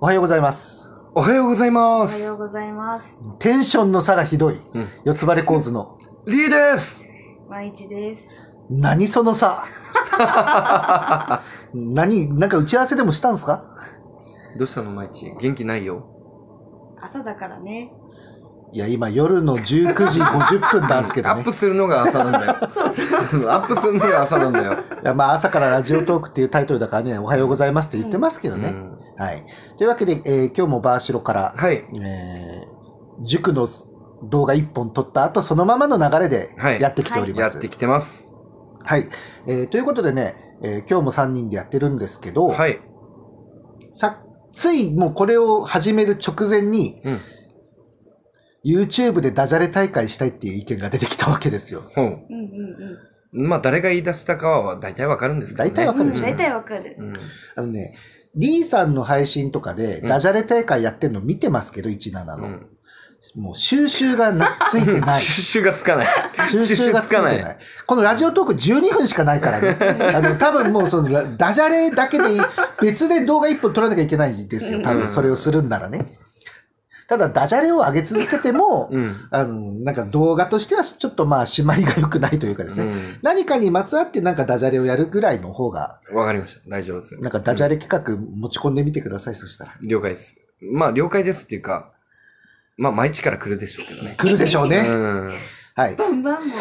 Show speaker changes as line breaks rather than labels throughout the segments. おはようございます。
おはようござい
お
ま
は
す。
ようございます。
テンションの差がひどい。
うん
四つ葉レコーズの、
リーです。
まいちです。
何その 差何、なんか打ち合わせでもしたんですか
どうしたの、まいち。元気ないよ。
朝だからね。
いや、今夜の19時50分なんですけど
ア
ね
ッ。プするのが朝なんだよ。
そうそう。
アップするのが朝なんだよ。
いやまあ朝からラジオトークっていうタイトルだからね、おはようございますって言ってますけど
う
ね。
ん
はい。というわけで、えー今日もバーシロから、
はい。
えー塾の動画1本撮った後、そのままの流れで
はい
やってきており
や
ます。
っ
はい
てきてます。
えーということでね、えー今日も3人でやってるんですけど、
はい。
さついもうこれを始める直前に、
うん
YouTube でダジャレ大会したいっていう意見が出てきたわけですよ。
ほう。
うんうん
まあ、誰が言い出したかは大体わかるんですけどね。
大体わ
う
かる
ん。
で
う
しょ
ん、大体わかる。
うん。
あのね、D さんの配信とかで
うん
ダジャレ大会やってるの見てますけど、17の。
うん。
もう収集がなついて ない。
シュッシュがつかない。
収集がついて
収集つかな
ない。このラジオトーク12分しかないからね。 あの、多分もうそのラ、ダジャレだけで別で動画1本撮らなきゃいけないんですよ。多分それをするんならね。ただ、ダジャレを上げ続けても、
うん。
あの、なんか動画としてはちょっとまあ締まりが良くないというかです
う
ね。
ん
何かにまつわってなんかダジャレをやるぐらいの方が、
わかりました。大丈夫です。
なんかダジャレ企画持ち込んでみてください、そしたら。
了解です。まあ、了解ですっていうか、まあ、毎日から来るでしょうけどね。
来るでしょう
う
ね。
ん。
はい。
バンバンも。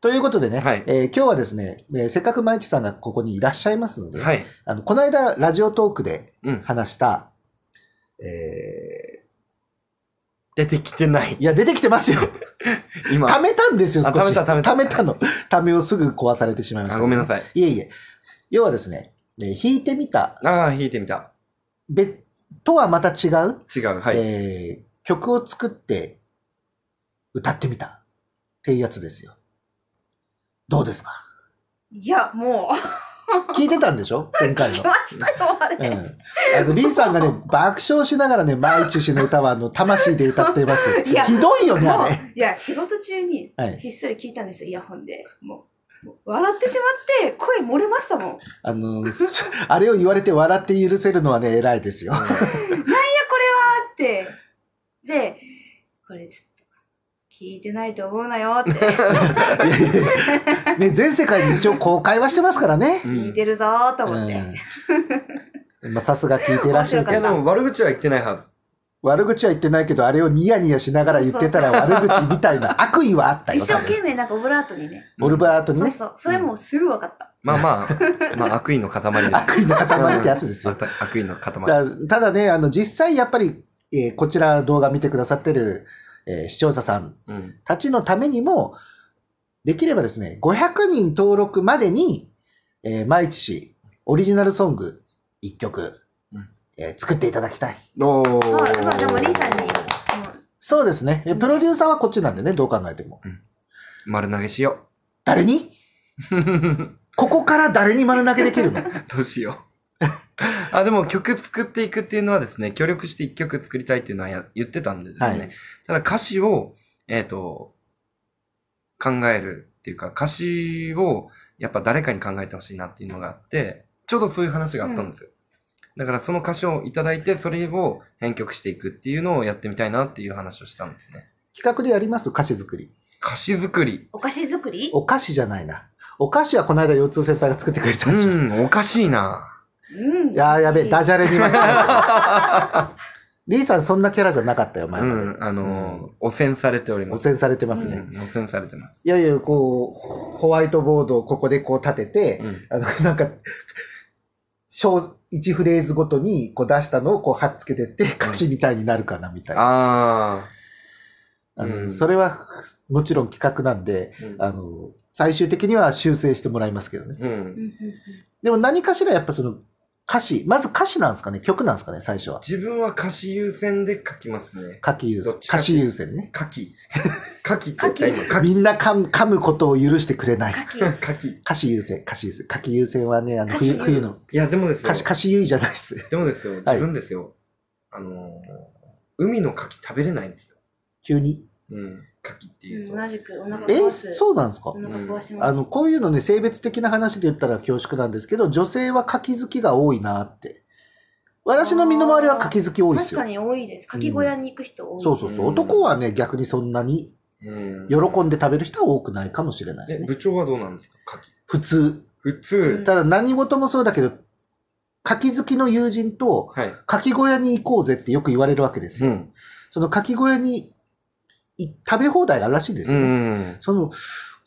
ということでね、
はい
えー今日はですね、えーせっかく毎日さんがここにいらっしゃいますので、
はい。
あのこの間ラジオトークで
うん。
話した、え
出てきてない
ー。いや、出てきて ますよ。
今。
貯めたんですよ、少
あ
し。
貯めた貯めた
貯めたの。貯めをすぐ壊されてしまいました。。
あ、ごめんないさい。
いえいえ。要はですね、えー弾いてみた
ああ、弾いてみた。
別とはまた違う、
違う。はい。
えー曲を作って歌ってみたっていうやつですよ。どうですか
いや、もう。
聞いてたんでし ょ前回の
来。ました よ、あれ。
うん。あの、リンさんがね、爆笑しながらね、毎日の歌は、あの、魂で歌ってます。
いや
ひど いよね、
も
あ
ういや、仕事中に
れ。はい。
ひっそり聞いたんですよ、イヤホンで。もう。もう笑ってしまって、声漏れましたもん。いや、こ
あの、 そあれを言われて笑って許せるのはね、 偉いですよ。
れはって。で、これちょっと、聞いてないと思うなよって。
いやいやいや ね、全世界に一応公開はしてますからね。
うん
聞いてるぞーと
う
思って。
ん。まあ、さすが聞いてらっしゃる
い
け
や、
ど
で。も悪口は言ってないは
悪口は言ってないけど、あれをニヤニヤしながら言ってたら悪口みたいな悪意はあったよ
一。生懸命なんかオブラートにね。
ず。
オルバートに
そう
ね、
そう。それもうすぐ分かった。
まあまあ、まあ悪意の塊で。
悪意の塊ってやつですよ。
あ悪意の塊。
だただね、あの、実際やっぱり、えーこちら動画見てくださってる、えー視聴者さん
うん。
たちのためにも、できればですね、500人登録までに、えー、毎日、オリジナルソング1曲、
うん
えー作っていただきたい。
おー
そうそうでもリーさんに
そうですね。えプロデューサーはこっちなんでね、どう考えても。
丸投げしよ
誰に
う。
ここから誰に丸投げできるの
どうしよう。 あ、でも曲作っていくっていうのはですね、協力して一曲作りたいっていうのはや言ってたんでですね。
はい
ただ歌詞を、えっ、と、考えるっていうか、歌詞をやっぱ誰かに考えてほしいなっていうのがあって、ちょうどそういう話があったんですよ。だからその歌詞をいただいて、それを編曲していくっていうのをやってみたいなっていう話をしたんですね。
企画でやります歌詞作り。
歌詞作り。
お菓子作り
お菓子じゃないな。お菓子はこの間、腰痛先輩が作ってくれた
うん
でしょ。い
ん、おかしいな。
うん
やー、やべえ、ダ
ジ
ジャレに負けた。 リーさん、そんなキャラじゃなかったよ、前
う
まで。
ん、あのー汚染されておりま
汚
す。
染されてますね。
うん汚染されてます。
いやいや、こう、ホワイトボードをここでこう立てて、
うん
あの、なんか、小、一フレーズごとにこう出したのをこう貼っつけてって、歌詞みたいになるかな、みたいな。
あ
あの
うん
それは、もちろん企画なんで、
あ。
あの、最終的には修正してもらいますけどね。
うん。
でも何かしらやっぱその、歌詞、まず歌詞なんですかね曲なんですかね最初は。
自分は歌詞優先で書きますね。
歌詞優
ど
先
っ。ちか
歌詞優先ね。
書き。 書きって言った今。
みんな噛む噛むことを許してくれない。
牡
書き。書き。い
歌詞優先、歌詞優先。歌詞優先はね、あの
歌詞
冬、
優
冬の、
や、でもですよ
歌。詞、歌詞優位じゃないっす。
でもですよ。自分ですよ。あのー、海の牡蠣食べれないんですよ。
急に。
うん。牡蠣って
蠣
いううんと。
同じくお腹
え
壊す
そうなんですか
お腹壊し
あ
ます
の、こういうのね、性別的な話で言ったら恐縮なんですけど、女性は書き好きが多いなって私の身の回りは柿好き多いです
確
よ
か。に多いです。かき小屋に行く人多い。
そうそうそう。
うん
男はね、逆にそんなに
うん
喜んで食べる人は多くないかもしれないです
え、
ね。
部長はどうなんですか柿。
普通。
普通。
ただ何事もそうだけど、柿好きの友人と
はい。
柿小屋に行こうぜってよく言われるわけです
う
よ。
ん。
その柿小屋にい食べ放題あるらしいです
う
よね。
ん。
その、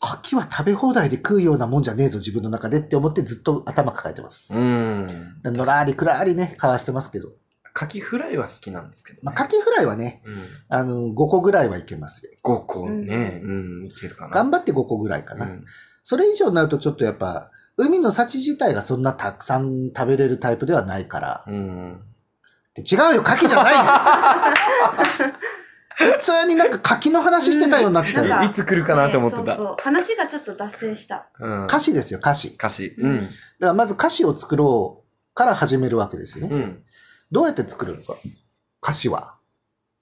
柿は食べ放題で食うようなもんじゃねえぞ、自分の中でって思ってずっと頭抱えてます。
うん。
のらーりくらーりね、かわしてますけど。
柿フライは好きなんですけど、ね。
まあ、柿フライはね、
うん。
あの、5個ぐらいはいけますよ。
5個ね。うん。いけるかな。
頑張って5個ぐらいかな。
うん
それ以上になるとちょっとやっぱ、海の幸自体がそんなたくさん食べれるタイプではないから。
うん。
違うよ、牡蠣じゃ ないよ普通になんか柿の話してたようになってた
うん
よ。
なん
い
か
つ来るかなと思って
ねそう
た。
そう。話がちょっと脱線した。
うん
歌詞ですよ、歌詞。
歌詞。うん。
だからまず歌詞を作ろうから始めるわけですよね。
うん。
どうやって作るんですか歌詞は。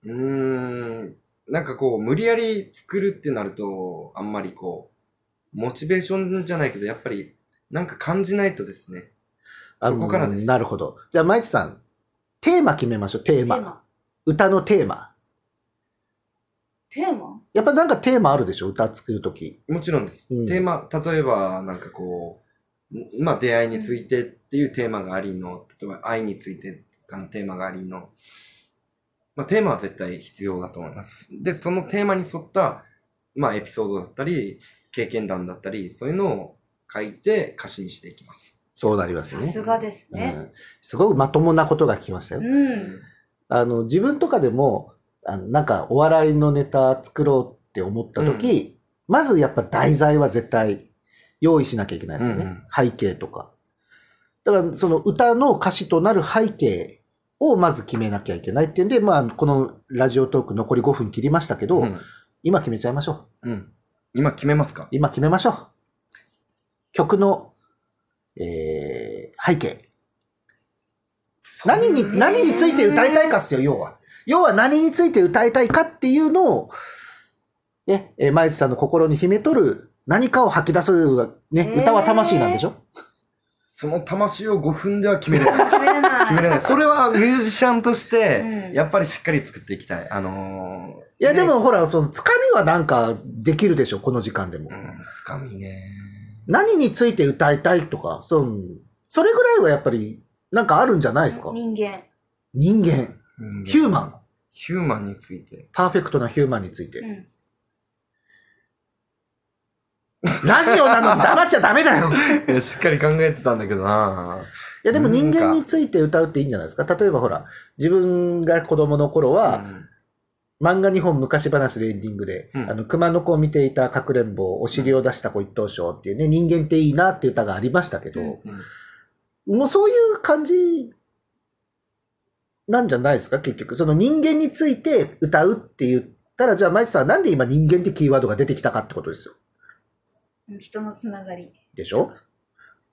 うーん。なんかこう、無理やり作るってなると、あんまりこう、モチベーションじゃないけど、やっぱり、なんか感じないとですね。
あ
そこからです
なるほど。じゃあ、マイツさん、テーマ決めましょう、テ
テ
ー
ー
マ。
マ。
歌のテーマ。
テーマ
やっぱなんかテーマあるでしょ歌作るとき。
もちろんです。
うん
テーマ、例えば、なんかこう、んまあ、出会いについてっていうテーマがありの、例えば、愛についてかのテーマがありの、まあ、テーマは絶対必要だと思います。で、そのテーマに沿った、まあ、エピソードだったり、経験談だったり、そういうのを書いて歌詞にしていきます。
そうなりますよ
さ
ね
す。がです
う
ね。
ん、すごくまともなことが聞きました
う
よ。
ん。
あの自分とかでもあのなんかお笑いのネタ作ろうって思った時、まずやっぱ題材は絶対用意しなきゃいけないですよね、
うんうん
背景とかだからその歌の歌詞となる背景をまず決めなきゃいけないっていうんで、まあ、このラジオトーク残り5分切りましたけど、
うん
今決めちゃいましょう
うん。今決めますか
今決めましょう曲の、えー背景何
う
に、
ん
何について歌いたいかっすよ、要は。要は何について歌いたいかっていうのを、ね、えー、前内さんの心に秘めとる何かを吐き出す、ね、
えー
歌は魂なんでしょ
その魂を5分では決めれない。
決めれない。
決めれない。それはミュージシャンとして、
うん
やっぱりしっかり作っていきたい。あのー
いや、で
ね
もほら、その、つかみはなんかできるでしょ、この時間でも
う。ん、深みね。
何について歌いたいとか、その、それぐらいはやっぱり、なんかあるんじゃないですか
人間。
人間、ヒューマン、
ヒューマンについて。
パーフェクトなヒューマンについて
う。ん。
ラジオなのに黙っちゃダメだよ
いや、しっかり考えてたんだけどない
やでも人間について歌うっていいんじゃないですか例えばほら、自分が子供の頃は、漫画日本昔話でエンディングで、
うん
あの、熊の子を見ていたかくれんぼ、お尻を出した子一等賞っていうね、人間っていいなっていう歌がありましたけど、
うん
もうそういう感じなんじゃないですか結局。その人間について歌うって言ったら、じゃあ、マイチさんはなんで今人間ってキーワードが出てきたかってことですよ。
うん人のつながり。
でしょ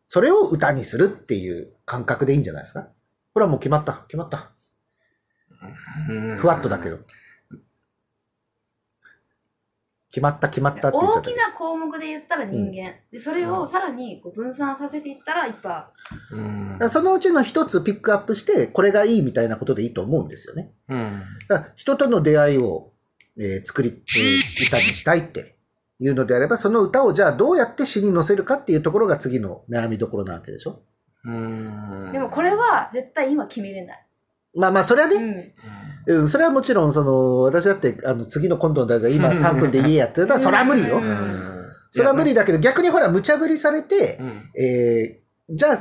それを歌にするっていう感覚でいいんじゃないですかこれはもう決まった。決まった。
うん
ふわっとだけど。。決まった決まったって言っちゃ
大
った
き。な項目で言ったら人間。で、それをさらにこう分散させていったら、いっぱ
うん
だからそのうちの一つピックアップして、これがいいみたいなことでいいと思うんですよね。
うん。
だから人との出会いを、えー作り、えー歌にしたいっていうのであれば、その歌をじゃあどうやって詩に乗せるかっていうところが次の悩みどころなわけでしょ。
うん
い。でもこれ、は絶対今決めれない。
まあまあ、それは
う
ね、
ん。
う
うん、それはもちろん、その、私だって、あの、次の今度の題材、今3分で家やってたら、それは無理よ
うん。
ん
それは無理。だけど、逆にほら、無茶ぶりされて
う、ん。
えーじゃあ、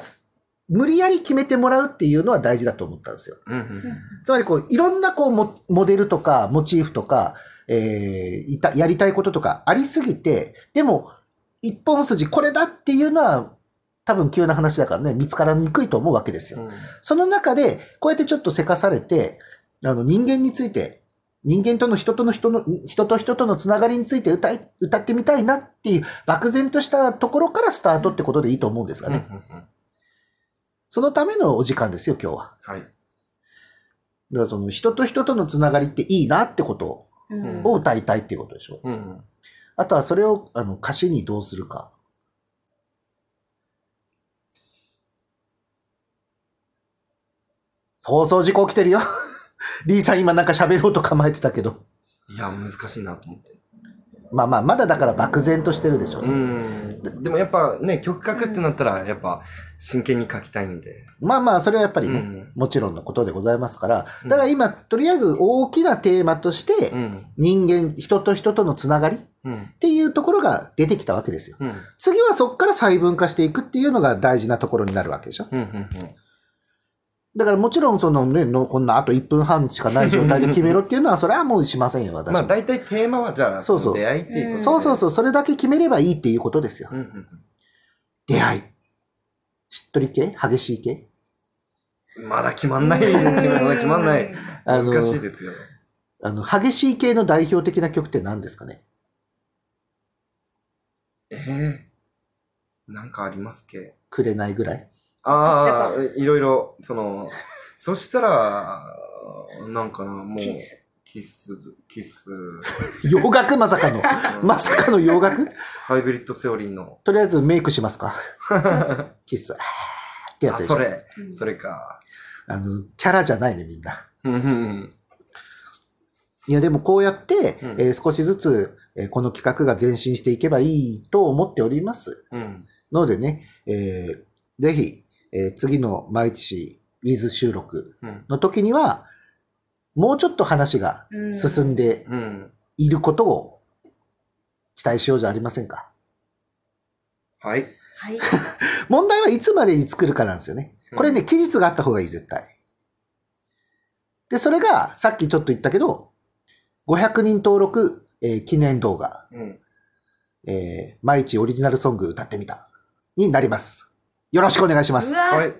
無理やり決めてもらうっていうのは大事だと思ったんですよ。
うん
つまりこう、いろんなこうモ、モデルとか、モチーフとか、えーいた、やりたいこととかありすぎて、でも、一本筋これだっていうのは、多分急な話だからね、見つからにくいと思うわけです
う
よ。
ん。
その中で、こうやってちょっとせかされて、あの、人間について、人間との人との人の、人と人とのつながりについて歌い、歌ってみたいなっていう、漠然としたところからスタートってことでいいと思うんですが
うんう
ね。
ん
そのためのお時間ですよ、今日は。
はい。
だからその人と人とのつながりっていいなってこと
うん
うん
を歌いたいっていうことでしょ。
うん。
あとはそれをあの歌詞にどうするか。放送事故起きてるよ。 リーさん今なんか喋ろうと構えてたけど。
いや、難しいなと思って。
まあまあ、まだだから漠然としてるでしょ。
うん。ででもやっぱね、曲書くってなったら、やっぱ真剣に書きたいんで。
まあまあ、それはやっぱ
う
りね、
ん。
もちろんのことでございますから、
うん
だから今、とりあえず大きなテーマとして、
うん。
人間、人と人とのつながりっ
うん。
ていうところが出てきたわけですよ。
うん。
次はそこから細分化していくっていうのが大事なところになるわけでしょ。
うん。うん。
だからもちろん、そのね、のこんなあと1分半しかない状態で決めろっていうのは、それはもうしませんよ、私
まあ
は。
大体テーマはじゃあ、
そうそう
出会いっていうことで
そうそうそう、それだけ決めればいいっていうことですよ。
うん。うん
出会い。しっとり系激しい系
うん。まだ決まんない。まだ決まんない。。
あの
難しいですよ。
あの、激しい系の代表的な曲って何ですかね
ええなんかありますっけ
くれないぐらい
ああ、いろいろ、その、そしたら、なんかな、もう、
キス。
キス、キス、
洋楽まさか の。 まさかの洋楽
ハイブリッドセオリーの。
とりあえずメイクします か。
あ、
キス。ってやつでしょ
それ、
うん
それか。
あの、キャラじゃないね、みんな。
うんうん
いや、でもこうやって、
うん
えー少しずつ、えーこの企画が前進していけばいいと思っております。
うんうん。
のでね、えーぜひ、えー次の毎日ウィズ収録
うん。
の時には、もうちょっと話が
うん
進んで
うん。
いることを期待しようじゃありませんか。
はい。
はい。
問題はいつまでに作るかなんですよね。これね、期日があった方がいい、絶対。で、それが、さっきちょっと言ったけど、500人登録、えー記念動画、
うん。
えー、毎日オリジナルソング歌ってみた、になります。よろしくお願いします
う。
は
わ、
い。